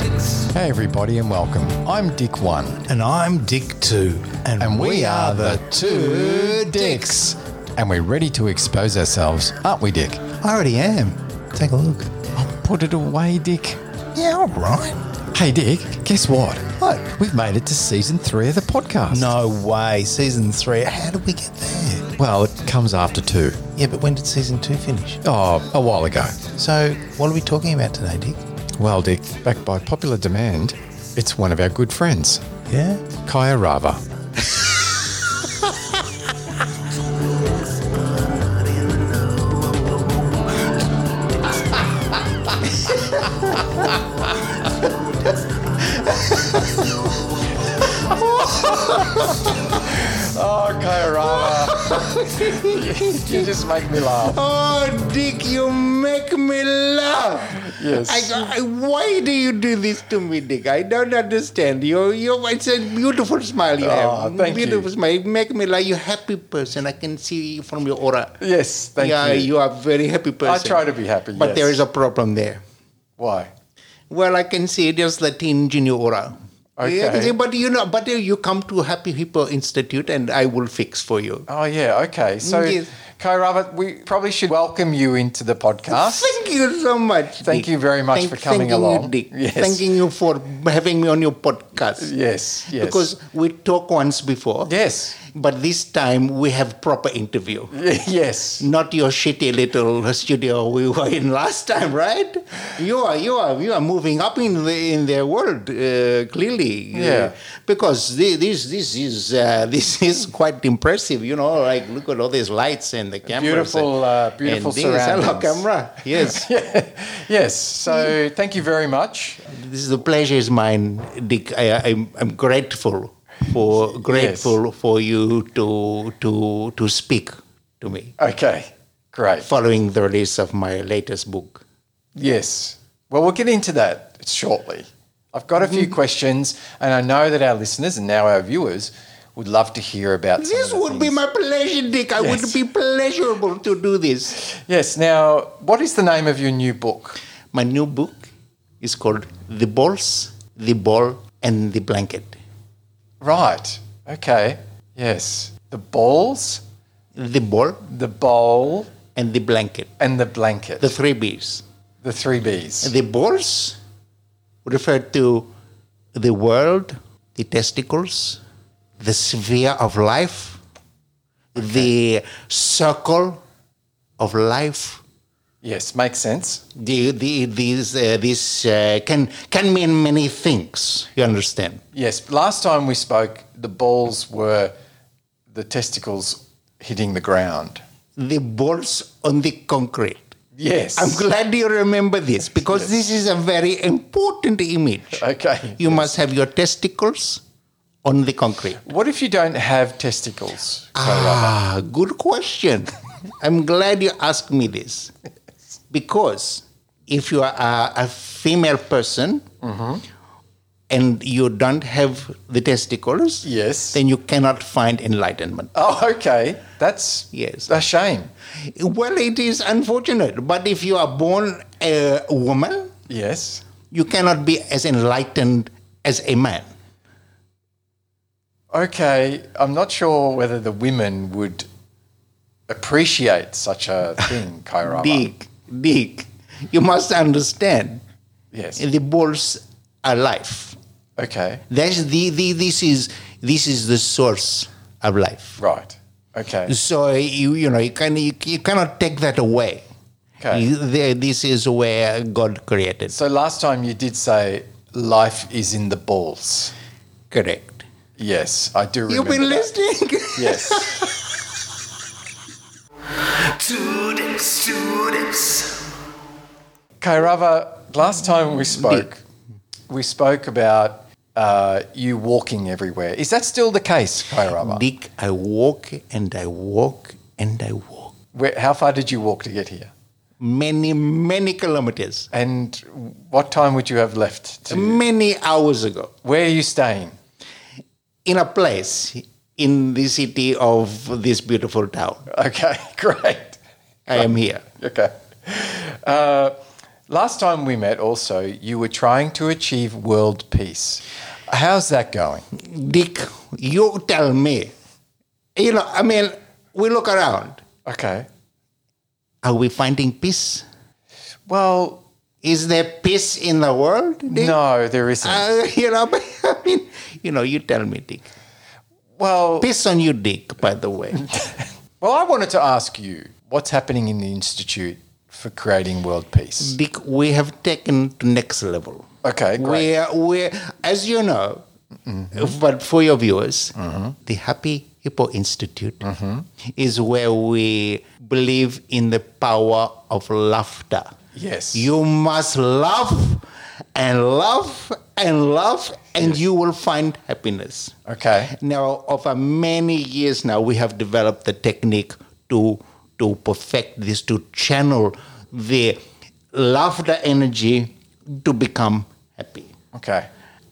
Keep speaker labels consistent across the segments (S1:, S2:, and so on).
S1: G'day, everybody, and welcome. I'm Dick One,
S2: And I'm Dick Two,
S1: and we are the Two Dicks, and we're ready to expose ourselves, aren't we, Dick?
S2: I already am. Take a look.
S1: Put it away, Dick.
S2: Yeah, all right.
S1: Hey, Dick. Guess what?
S2: What?
S1: We've made it to season three of the podcast.
S2: No way. Season three. How did we get there?
S1: Well, it comes after two.
S2: Yeah, but when did season two finish?
S1: Oh, a while ago.
S2: So, what are we talking about today, Dick?
S1: Well, Dick, back by popular demand, it's one of our good friends,
S2: Yeah.
S1: Kaya Rava. oh, Kaya Rava. you just make me laugh.
S2: Oh, Dick, you make me laugh.
S1: Yes.
S2: I, I, why do you do this to me, Dick? I don't understand. You, you, it's a beautiful smile you
S1: Oh,
S2: have.
S1: thank you.
S2: beautiful smile. You make me like you happy person. I can see from your aura.
S1: Yes, thank
S2: yeah,
S1: you.
S2: are a very happy person.
S1: try to be happy,
S2: But
S1: yes.
S2: there is a problem there.
S1: Why?
S2: Well, I can see there's the tinge in your aura.
S1: Okay.
S2: Yeah, I can see, but you know, but you come to Happy Hippo Institute and I will fix for you.
S1: Oh yeah, okay. So,
S2: Yes.
S1: Kai Ravat, we probably should welcome you into the podcast.
S2: Thank you so much.
S1: Thank
S2: Dick.
S1: you very much for coming
S2: thanking
S1: along.
S2: You, Dick.
S1: Yes.
S2: Thanking you for having me on your podcast.
S1: Yes, yes.
S2: Because we talked once before.
S1: yes,
S2: But this time we have proper interview.
S1: Y- yes,
S2: Not your shitty little studio we were in last time, right? You are you are you are moving up in the in the world uh, clearly.
S1: Yeah.
S2: Uh, because thi- this this is uh, this is quite impressive. You know, like look at all these lights and the cameras.
S1: Beautiful, uh,
S2: and,
S1: beautiful
S2: and this, Hello,
S1: surroundings.
S2: camera. Yes,
S1: yes. So, thank you very much.
S2: this is the pleasure is mine, Dick. I, I'm I'm grateful for grateful for you to to to speak to me
S1: Okay, great.
S2: following the release of my latest book.
S1: Yes. Well, we'll get into that shortly. I've got a
S2: Mm-hmm.
S1: few questions, and I know that our listeners and now our viewers would love to hear about. some
S2: This
S1: of the
S2: would be
S1: things.
S2: my pleasure, Dick. I
S1: Yes.
S2: would be pleasurable to do this.
S1: yes. Now, what is the name of your new book?
S2: My new book is called The Balls, The Ball, and The Blanket.
S1: Right. Okay. Yes. The balls,
S2: The Ball
S1: the bowl,
S2: and The Blanket.
S1: and the blanket.
S2: The three B's.
S1: The three B's.
S2: The balls refer to the world, the testicles, the sphere of life, the circle of life,
S1: Yes, makes sense.
S2: the, the, these, uh, this uh, can, can mean many things, you understand?
S1: Yes, last time we spoke, the balls were the testicles hitting the ground.
S2: The balls on the concrete.
S1: Yes.
S2: I'm glad you remember this because this is a very important image.
S1: okay.
S2: You must have your testicles on the concrete.
S1: What if you don't have testicles?
S2: Ah, good question. I'm glad you asked me this. Because if you are a, a female person and you don't have the testicles,
S1: Yes.
S2: then you cannot find enlightenment.
S1: Oh, okay. That's
S2: Yes.
S1: a shame.
S2: Well, it is unfortunate, but if you are born a woman,
S1: Yes.
S2: you cannot be as enlightened as a man.
S1: Okay. I'm not sure whether the women would appreciate such a thing, Kairaba.
S2: Dick, Dick, you must understand
S1: Yes.
S2: the balls are life.
S1: Okay.
S2: That's the, the this is this is the source of life.
S1: Right. Okay.
S2: So you you know you can you, you cannot take that away.
S1: Okay.
S2: You- the- This is where God created.
S1: So last time you did say life is in the balls.
S2: Correct.
S1: Yes, I do remember.
S2: You've been
S1: that.
S2: listening.
S1: Yes.
S3: Students, students.
S1: Kairava, last time we spoke, we spoke about uh, you walking everywhere. Is that still the case, Kairava?
S2: Dick, I walk and I walk and I walk
S1: Where, how far did you walk to get here?
S2: many many kilometers,
S1: And what time would you have left? To,
S2: Um, many hours ago,
S1: where are you staying?
S2: in a place in the city of this beautiful town.
S1: Okay, great.
S2: I am here.
S1: Okay. Uh, Last time we met, also, you were trying to achieve world peace. How's that going?
S2: Dick, you tell me. You know, I mean, we look around.
S1: Okay.
S2: Are we finding peace?
S1: Well,
S2: Is there peace in the world? Dick?
S1: no, there isn't.
S2: Uh, you know, but I mean, you know, you tell me, Dick.
S1: well,
S2: Peace on you, Dick, by the way.
S1: well, I wanted to ask you what's happening in the Institute for Creating World Peace.
S2: Dick, we have taken to next level.
S1: Okay, great.
S2: We're, we're, as you know, but for your viewers, the Happy Hippo Institute is where we believe in the power of laughter.
S1: Yes.
S2: You must laugh and laugh and laugh, and you will find happiness.
S1: Okay.
S2: Now, over many years now, we have developed the technique to to perfect this, to channel the laughter energy to become happy.
S1: Okay.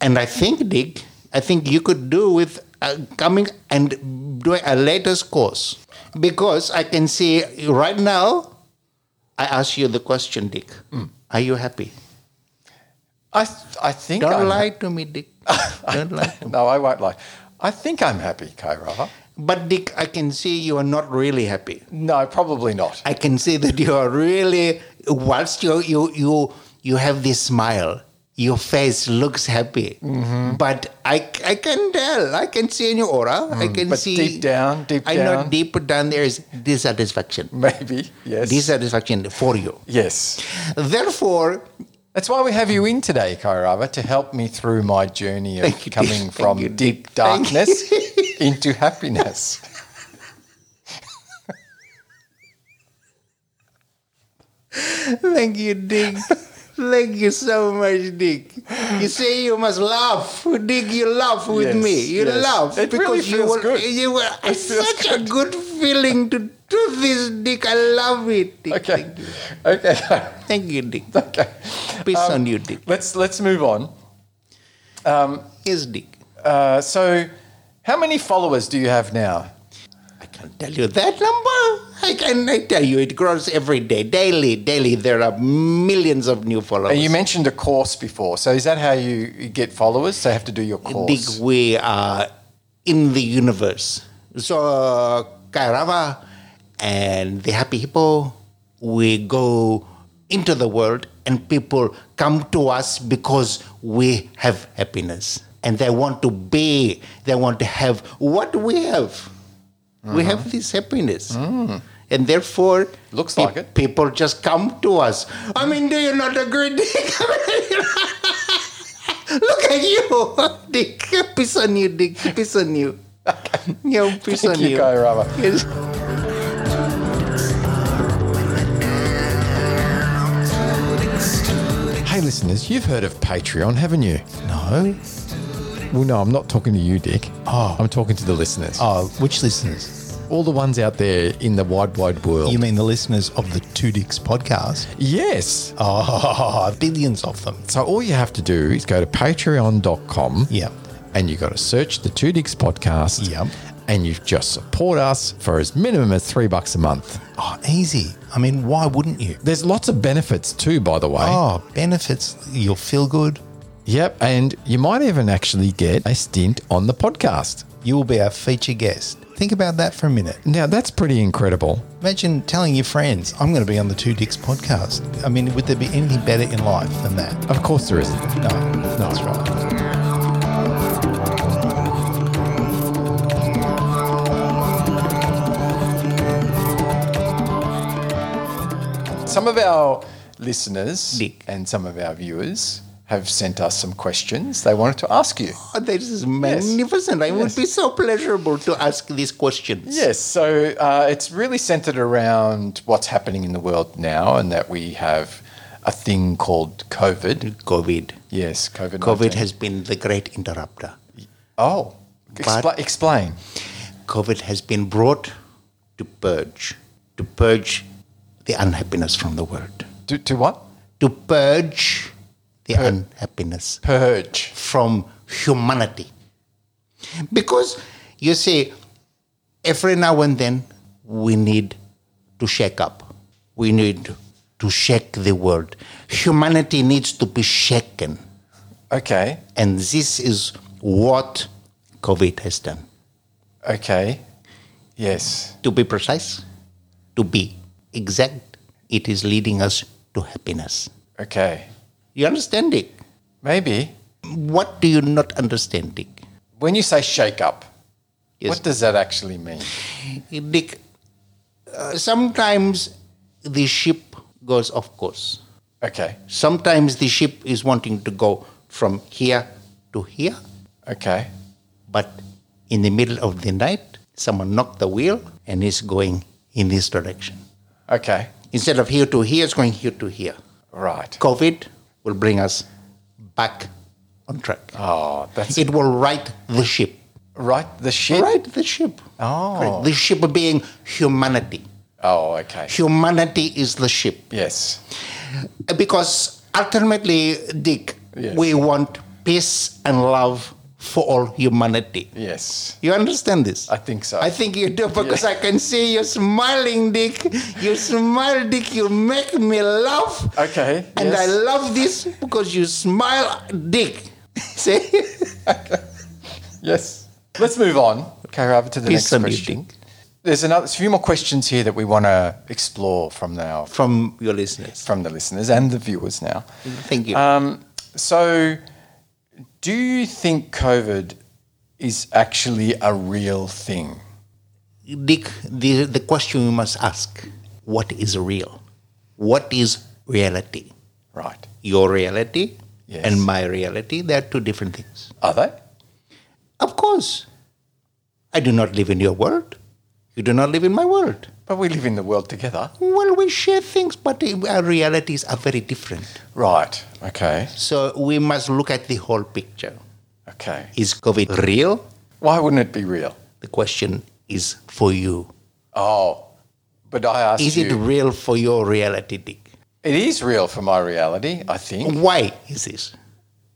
S2: And I think, Dick, I think you could do with uh, coming and doing a latest course because I can see right now. I ask you the question, Dick. Are you happy?
S1: I, th- I think
S2: Don't
S1: I'm
S2: lie to me, Dick. Don't lie to me.
S1: No, I won't lie. I think I'm happy, Kairava.
S2: But Dick, I can see you are not really happy.
S1: No, probably not.
S2: I can see that you are really whilst you you you you have this smile. Your face looks happy,
S1: Mm-hmm.
S2: but I, I can tell. I can see in your aura. I can
S1: Mm. But
S2: see
S1: deep down, deep
S2: I know
S1: down.
S2: deep down there is dissatisfaction.
S1: Maybe. Yes.
S2: Dissatisfaction for you.
S1: yes.
S2: Therefore,
S1: That's why we have you in today, Kairava, to help me through my journey of
S2: Thank you,
S1: coming
S2: Dick.
S1: from
S2: Thank you,
S1: deep
S2: Dick. Thank you.
S1: darkness into happiness.
S2: thank you, Dick. thank you so much, Dick. You say you must laugh, Dick. You laugh with
S1: Yes,
S2: me. You
S1: yes.
S2: laugh
S1: It really
S2: you
S1: feels
S2: were,
S1: good.
S2: you were it's
S1: feels
S2: such a good feeling to do this, Dick. I love it. Dick.
S1: Okay.
S2: Thank you.
S1: Okay.
S2: Thank you, Dick.
S1: okay. Um,
S2: Peace on you, Dick.
S1: Let's let's move on.
S2: Yes, Dick.
S1: Uh, so, how many followers do you have now?
S2: I can't tell you that number. I can I tell you it grows every day, daily, daily. There are millions of new followers.
S1: And you mentioned a course before. So, is that how you you get followers? So, you have to do your
S2: Dick,
S1: course.
S2: we are uh, in the universe. So, Kairava and the Happy Hippo, we go into the world and people come to us because we have happiness and they want to be, they want to have what we have.
S1: Mm-hmm.
S2: We have this happiness. And therefore,
S1: Mm. Looks like it.
S2: People just come to us. I mean, do you not agree, Dick? Look at you, Dick. Piss on you, Dick. Piss on you. Yeah, piss
S1: Thank
S2: on
S1: you,
S2: you.
S1: Kairava.
S2: Yes.
S1: Hey, listeners, you've heard of Patreon, haven't you? No. Well, no, I'm not talking to you, Dick.
S4: Oh.
S1: I'm talking to the listeners.
S4: Oh, which listeners?
S1: All the ones out there in the wide, wide world.
S4: You mean the listeners of the Two Dicks podcast?
S1: yes.
S4: Oh, billions of them.
S1: So all you have to do is go to patreon.com.
S4: Yep.
S1: And you got to search the Two Dicks podcast.
S4: Yep.
S1: And you just support us for as minimum as three bucks a month.
S4: Oh, easy. I mean, why wouldn't you?
S1: There's lots of benefits too, by the way.
S4: Oh, benefits. You'll feel good.
S1: Yep. And you might even actually get a stint on the podcast.
S4: You will be our feature guest. Think about that for a minute.
S1: Now, that's pretty incredible.
S4: Imagine telling your friends, I'm going to be on the Two Dicks podcast. I mean, would there be anything better in life than that?
S1: Of course, there isn't.
S4: No, no, that's right.
S1: Some of our listeners
S2: Dick.
S1: and some of our viewers have sent us some questions they wanted to ask you.
S2: Oh, this is magnificent. I would be so pleasurable to ask these questions.
S1: Yes, so uh, it's really centered around what's happening in the world now and that we have a thing called COVID.
S2: COVID.
S1: Yes, COVID.
S2: COVID has been the great interrupter.
S1: Oh, expla-
S2: But-
S1: explain.
S2: COVID has been brought to purge, to purge the unhappiness from the world,
S1: To, to what?
S2: to purge the unhappiness
S1: Purge.
S2: from humanity. Because you see, every now and then we need to shake up. We need to shake the world. Humanity needs to be shaken.
S1: Okay.
S2: And this is what COVID has done.
S1: Okay. Yes.
S2: To be precise, to be exact, it is leading us to happiness.
S1: Okay.
S2: You understand it?
S1: Maybe.
S2: What do you not understand, Dick?
S1: When you say shake up,
S2: Yes.
S1: what does that actually mean?
S2: Dick, uh, sometimes the ship goes off course.
S1: Okay.
S2: Sometimes the ship is wanting to go from here to here,
S1: Okay.
S2: but in the middle of the night, someone knocked the wheel and is going in this direction.
S1: Okay.
S2: Instead of here to here, it's going here to here.
S1: Right.
S2: COVID will bring us back on track.
S1: Oh, that's
S2: It will right the ship.
S1: right. The ship.
S2: Right the ship.
S1: Oh.
S2: Right. The ship being humanity.
S1: Oh, okay.
S2: Humanity is the ship.
S1: Yes.
S2: because ultimately, Dick,
S1: Yes.
S2: we want peace and love for all humanity.
S1: Yes.
S2: You understand this?
S1: I think so.
S2: I think you do because I can see you smiling, Dick. You smile, Dick. You make me laugh.
S1: Okay,
S2: And I
S1: yes.
S2: love this because you smile, Dick. See?
S1: Yes. Let's move on. Okay, over to the
S2: Peace
S1: next
S2: and
S1: question.
S2: eating.
S1: There's another there's a few more questions here that we want to explore from now
S2: From your listeners.
S1: from the listeners and the viewers now. Um,
S2: Thank
S1: Uh,
S2: you.
S1: So, do you think COVID is actually a real thing?
S2: Dick, the, the question we must ask what is real? What is reality?
S1: Right.
S2: your reality
S1: Yes.
S2: and my reality, they are two different things.
S1: Are they?
S2: Of course, I do not live in your world. You do not live in my world.
S1: But we live in the world together.
S2: Well, we share things, but our realities are very different.
S1: Right. Okay.
S2: So we must look at the whole picture.
S1: Okay.
S2: Is COVID real?
S1: Why wouldn't it be real?
S2: The question is for you.
S1: Oh, but I asked
S2: Is
S1: you.
S2: it real for your reality, Dick?
S1: it is real for my reality, I think.
S2: Why is this?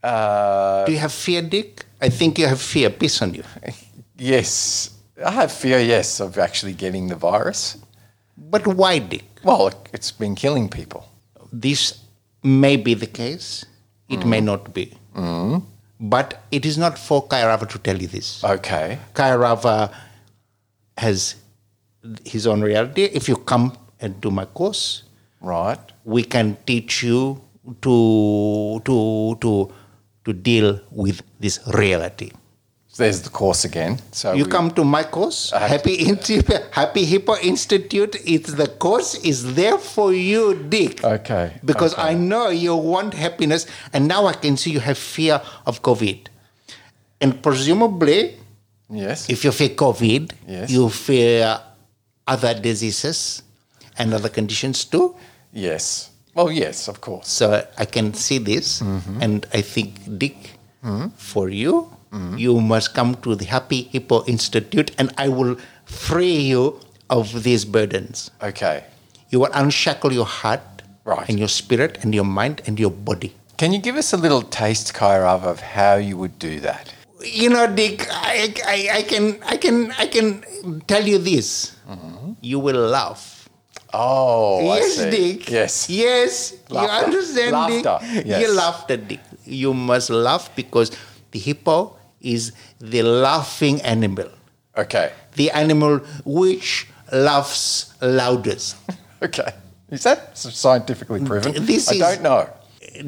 S2: do you have fear, Dick? I think you have fear. Peace on you.
S1: Yes. I have fear, yes, of actually getting the virus.
S2: But why, Dick?
S1: Well, it's been killing people.
S2: this may be the case, it may not be. But it is not for Kairava to tell you this.
S1: Okay.
S2: Kairava has his own reality. If you come and do my course,
S1: Right.
S2: we can teach you to to to to deal with this reality.
S1: There's the course again. So
S2: You
S1: we-
S2: come to my course, Happy Inti- Happy Hippo Institute. It's the course is there for you, Dick.
S1: Okay,
S2: Because
S1: okay.
S2: I know you want happiness, and now I can see you have fear of COVID, and presumably,
S1: Yes.
S2: if you fear COVID,
S1: Yes.
S2: you fear other diseases and other conditions too.
S1: yes. Well, yes, of course.
S2: So I can see this,
S1: Mm-hmm.
S2: and I think, Dick, for you,
S1: Mm-hmm.
S2: you must come to the Happy Hippo Institute, and I will free you of these burdens.
S1: Okay.
S2: You will unshackle your heart,
S1: Right.
S2: and your spirit, and your mind, and your body.
S1: Can you give us a little taste, Kairav, of how you would do that?
S2: You know, Dick, I, I, I can, I can, I can tell you this: you will laugh.
S1: Mm-hmm. Oh,
S2: yes,
S1: I see.
S2: Dick.
S1: Yes.
S2: Yes.
S1: Laughter.
S2: You understand,
S1: Laughter,
S2: Dick?
S1: yes.
S2: You laughed at Dick. You must laugh because the hippo is the laughing animal,
S1: Okay.
S2: the animal which laughs loudest.
S1: Okay. Is that s- scientifically proven?
S2: this
S1: I
S2: is-
S1: don't know.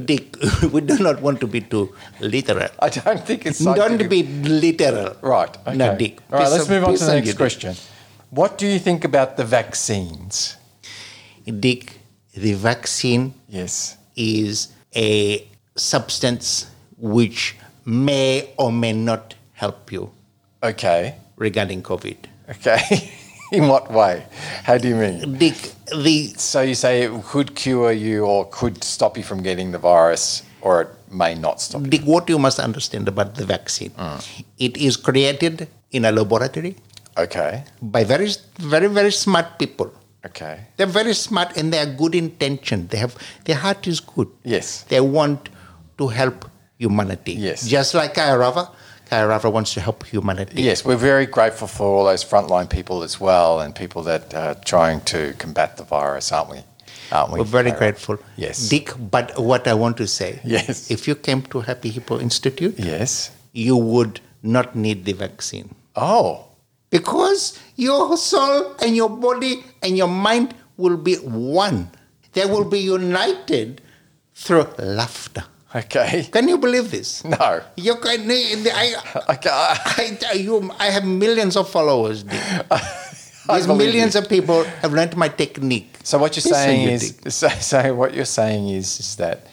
S2: Dick, we do not want to be too literal.
S1: I don't think it's scientific.
S2: Don't be literal.
S1: Right. Okay.
S2: No, Dick.
S1: All right,
S2: Piss
S1: let's
S2: off-
S1: move on to
S2: piss
S1: the
S2: on
S1: next
S2: you, Dick.
S1: question. What do you think about the vaccines?
S2: Dick, the vaccine
S1: Yes.
S2: is a substance which may or may not help you
S1: Okay.
S2: regarding COVID.
S1: Okay. In what way? How do you mean?
S2: Dick, the
S1: So you say it could cure you or could stop you from getting the virus or it may not stop you.
S2: Dick, what you must understand about the vaccine,
S1: Ah.
S2: it is created in a laboratory
S1: Okay.
S2: by very, very, very smart people.
S1: Okay.
S2: They're very smart and they are good intention. They have their heart is good.
S1: Yes.
S2: They want to help humanity.
S1: Yes.
S2: Just like Kairava, Kairava wants to help humanity.
S1: Yes, we're very grateful for all those frontline people as well and people that are trying to combat the virus, aren't we? Aren't we?
S2: are very
S1: Farah?
S2: grateful.
S1: Yes.
S2: Dick, but what I want to say.
S1: Yes.
S2: If you came to Happy Hippo Institute,
S1: Yes.
S2: you would not need the vaccine
S1: Oh,
S2: because your soul and your body and your mind will be one. They will be united through laughter.
S1: okay.
S2: Can you believe this?
S1: No.
S2: You can. I,
S1: I can't.
S2: I, I- you, I have millions of followers. Dick.
S1: I
S2: These
S1: believe
S2: millions of people have learned my technique.
S1: So what you're
S2: Listen,
S1: saying
S2: you
S1: is,
S2: dick.
S1: so, so what you're saying is, is that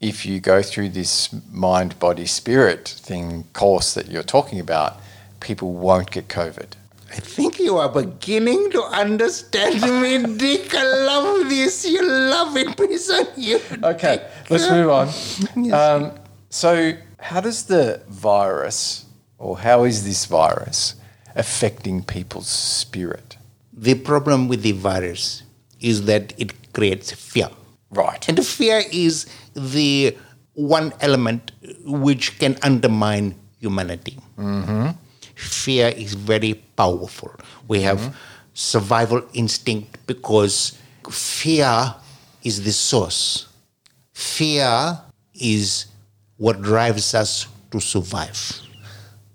S1: if you go through this mind, body, spirit thing course that you're talking about, people won't get COVID.
S2: I think you are beginning to understand me, Dick. I love this. You love it, prison. You.
S1: Okay,
S2: Dick.
S1: let's move on. Um, so how does the virus, or how is this virus affecting people's spirit?
S2: The problem with the virus is that it creates fear,
S1: Right.
S2: and fear is the one element which can undermine humanity. Mm-hmm. fear is very powerful. We have survival instinct because fear is the source. Fear is what drives us to survive.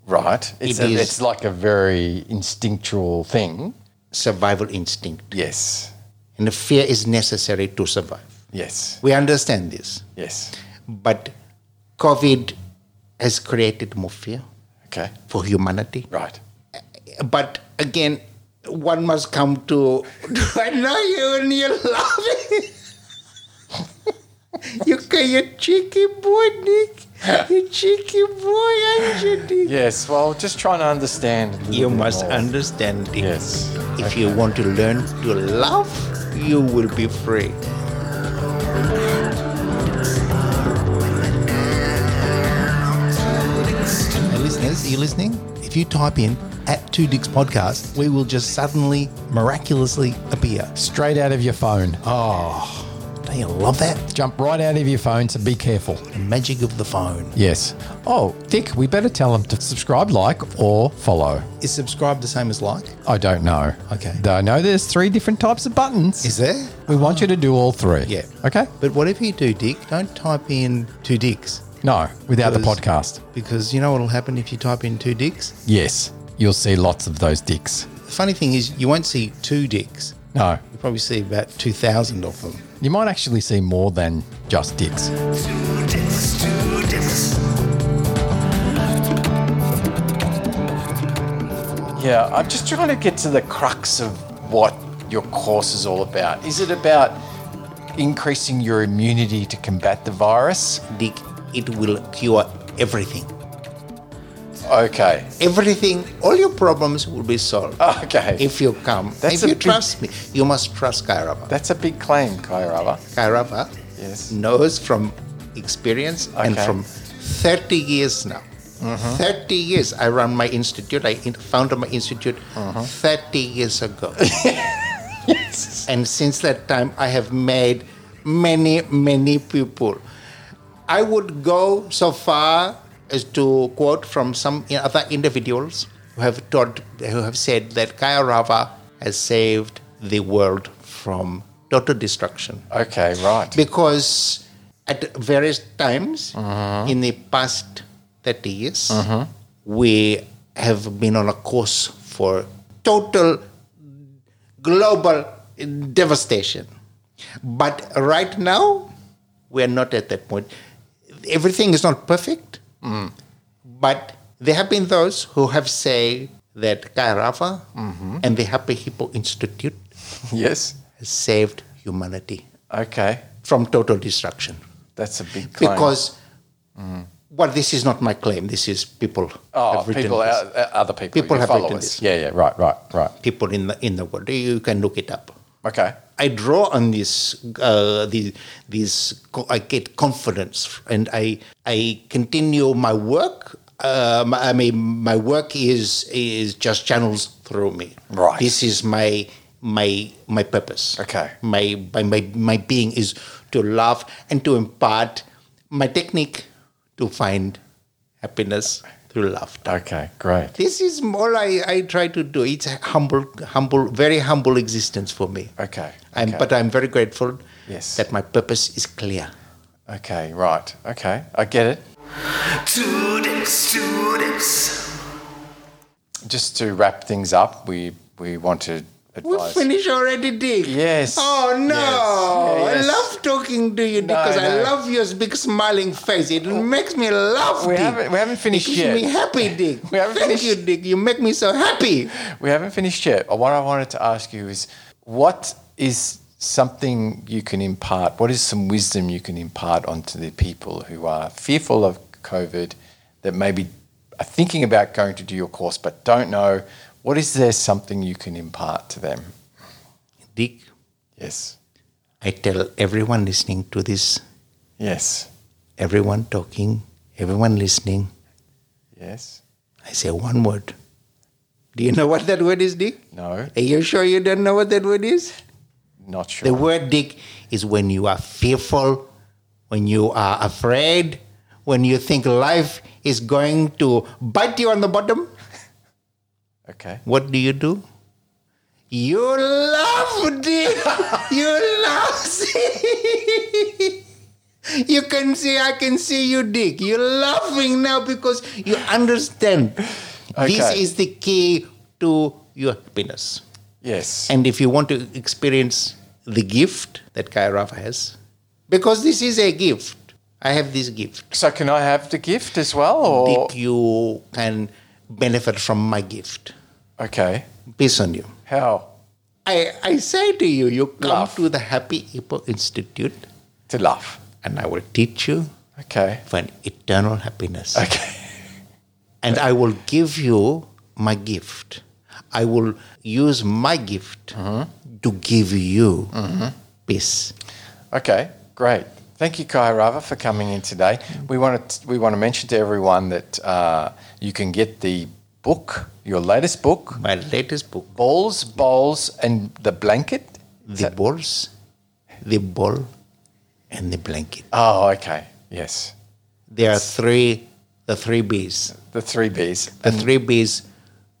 S1: Right. It's,
S2: It
S1: a,
S2: is.
S1: it's like a very instinctual thing.
S2: Survival instinct.
S1: Yes.
S2: And fear is necessary to survive.
S1: Yes.
S2: We understand this.
S1: Yes.
S2: But COVID has created more fear
S1: Okay.
S2: for humanity.
S1: Right.
S2: but again, one must come to. I know you and you love it. you ca- you cheeky boy, Nick. You cheeky boy, aren't you, Nick?
S1: Yes. Well, just trying to understand. a little
S2: You
S1: bit
S2: must
S1: more.
S2: understand, Dick.
S1: Yes.
S2: If you want to learn to love, you will be free.
S4: Hey, listeners, are you listening? If you type in at Two Dicks Podcast, we will just suddenly, miraculously appear
S1: Straight out of your phone.
S4: Don't you love that?
S1: Jump right out of your phone, so be careful.
S4: The magic of the phone.
S1: Yes. Oh, Dick, we better tell them to subscribe, like, or follow.
S4: Is subscribe the same as like?
S1: I don't know.
S4: Okay.
S1: Though I know there's three different types of buttons.
S4: Is there?
S1: we want you to do all three.
S4: Yeah.
S1: Okay?
S4: But whatever you do, Dick, don't type in two dicks
S1: No, without the
S4: Because-
S1: podcast.
S4: because you know what'll happen if you type in two dicks?
S1: Yes. You'll see lots of those dicks.
S4: The funny thing is, you won't see two dicks.
S1: No.
S4: You'll probably see about 2,000 of them.
S1: You might actually see more than just dicks.
S3: Two dicks, two dicks.
S1: Yeah, I'm just trying to get to the crux of what your course is all about. Is it about increasing your immunity to combat the virus?
S2: Dick, it will cure everything.
S1: Okay.
S2: Everything, all your problems will be solved.
S1: Okay.
S2: If you come,
S1: Ah, That's
S2: if
S1: a
S2: you
S1: big-
S2: trust me, you must trust Kairaba.
S1: That's a big claim, Kairaba.
S2: Kairaba
S1: Yes.
S2: knows from experience and
S1: Okay. Mm-hmm.
S2: from 30 years now. 30 years I run my institute. I in- founded my institute
S1: Mm-hmm.
S2: 30 years ago. And since that time, I have made many, many people. I would go so far as to quote from some other individuals who have taught, who have said that Kaya Rava has saved the world from total destruction
S1: Okay, right.
S2: because at various times in the past 30 years, we have been on a course for total global devastation. But right now, we are not at that point. Everything is not perfect, but there have been those who have said that Guy Rafa and the Happy Hippo Institute
S1: Yes.
S2: has saved humanity
S1: Okay.
S2: from total destruction.
S1: That's a big claim. Mm-hmm.
S2: Because, well, this is not my claim. This is people.
S1: oh,
S2: have written
S1: people,
S2: this.
S1: out, uh, other people,
S2: People
S1: your
S2: have written
S1: followers.
S2: this.
S1: Yeah, yeah, right, right, right.
S2: people in the in the world. You can look it up.
S1: Okay.
S2: I draw on this. Uh, the these co- I get confidence, and I I continue my work. Uh, my, I mean, my work is is just channels through me.
S1: Right.
S2: This is my my my purpose.
S1: Okay.
S2: My my my, my being is to love and to impart my technique to find happiness through to laughter.
S1: Okay, great.
S2: This is all I, I try to do. It's a humble, humble, very humble existence for me.
S1: Okay.
S2: I'm,
S1: okay.
S2: But I'm very grateful
S1: Yes.
S2: that my purpose is clear.
S1: okay, right. Okay, I get it.
S3: Two dicks, two dicks.
S1: Just to wrap things up, we we want to
S2: We
S1: advise.
S2: finished already, Dick.
S1: Yes.
S2: Oh no!
S1: Yes. Yeah, yes.
S2: I love talking to you
S1: No,
S2: because
S1: no. Oh.
S2: I love your big smiling face. It makes me laugh.
S1: We
S2: Dick.
S1: haven't- we haven't finished
S2: it keeps
S1: yet.
S2: me happy, Dick.
S1: We haven't
S2: Thank
S1: finished-
S2: you, Dick. You make me so happy.
S1: We haven't finished yet. What I wanted to ask you is what is something you can impart? What is some wisdom you can impart onto the people who are fearful of COVID that maybe are thinking about going to do your course but don't know? What is there something you can impart to them?
S2: Dick,
S1: Yes.
S2: I tell everyone listening to this,
S1: Yes.
S2: everyone talking, everyone listening.
S1: Yes.
S2: I say one word. Do you know what that word is, Dick?
S1: No.
S2: Are you sure you don't know what that word is?
S1: Not sure.
S2: The word dick is when you are fearful, when you are afraid, when you think life is going to bite you on the bottom.
S1: okay.
S2: What do you do? You love dick. you love. you can see. I can see you, dick. You're laughing now because you understand. This
S1: Okay.
S2: is the key to your happiness.
S1: Yes.
S2: And if you want to experience the gift that Kai Rafa has, because this is a gift, I have this gift.
S1: so can I have the gift as well or
S2: Dick, you can benefit from my gift.
S1: Okay.
S2: Peace on you.
S1: How?
S2: I, I say to you, you come
S1: Laugh.
S2: to the Happy Hippo Institute
S1: To laugh.
S2: and I will teach you
S1: Okay.
S2: for an eternal happiness.
S1: Okay.
S2: And I will give you my gift. I will use my gift
S1: Uh-huh.
S2: to give you peace.
S1: Okay, great. Thank you, Kai Rava, for coming in today. We want to we want to mention to everyone that uh, you can get the book, your latest book,
S2: My latest book.
S1: Balls, Bowls, and the Blanket.
S2: the balls, the ball, and the blanket.
S1: Oh, okay. Yes,
S2: There are three, the three B's.
S1: the three Bs,
S2: The three B's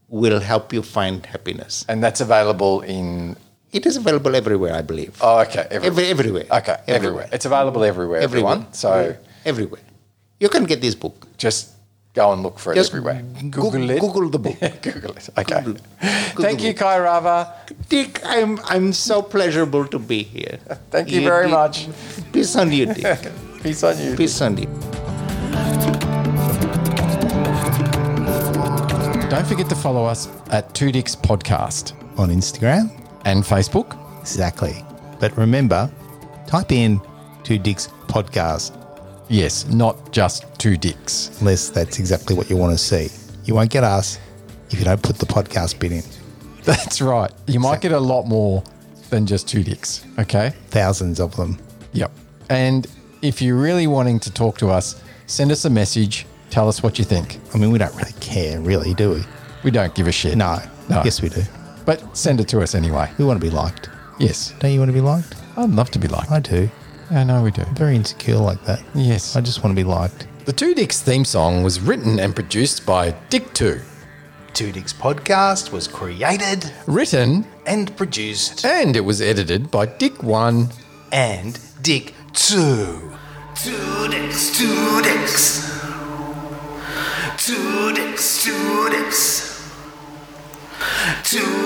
S2: will help you find happiness.
S1: and that's available in.
S2: It is available everywhere, I believe.
S1: Oh, okay. Every,
S2: Every, everywhere.
S1: okay, everywhere. It's available everywhere,
S2: Everywhere.
S1: everyone. So
S2: everywhere. You can get this book.
S1: just go and look for it
S2: Just
S1: everywhere.
S2: Google,
S1: Google it.
S2: Google the book.
S1: Google it. Okay.
S2: Google-
S1: Thank
S2: Google
S1: you,
S2: it.
S1: Kai Rava.
S2: Dick, I'm I'm so pleasurable to be here.
S1: Thank you very
S2: Dick.
S1: much.
S2: Peace on you, Dick.
S1: Peace on you.
S2: Peace on you.
S1: Don't forget to follow us at Two Dicks Podcast
S4: on Instagram.
S1: and Facebook.
S4: Exactly. But remember, type in Two Dicks Podcast,
S1: Yes, not just Two Dicks.
S4: unless that's exactly what you want to see. You won't get us if you don't put the podcast bit in.
S1: That's right. You might get a lot more than just Two Dicks. Okay.
S4: Thousands of them.
S1: Yep. And if you're really wanting to talk to us, send us a message. Tell us what you think.
S4: I mean, we don't really care, really, do we?
S1: We don't give a shit.
S4: No.
S1: No.
S4: Yes, we do.
S1: But send it to us anyway.
S4: We want to be liked.
S1: Yes.
S4: Don't you want to be liked?
S1: I'd love to be liked.
S4: I do.
S1: I know we do.
S4: Very insecure like that.
S1: Yes.
S4: I just want to be liked.
S1: The Two Dicks theme song was written and produced by Dick Two,
S5: Two Dicks podcast was created
S1: written
S5: and produced
S1: and it was edited by Dick One.
S5: and Dick 2.
S3: Two dicks, two dicks. Two dicks, two dicks. Two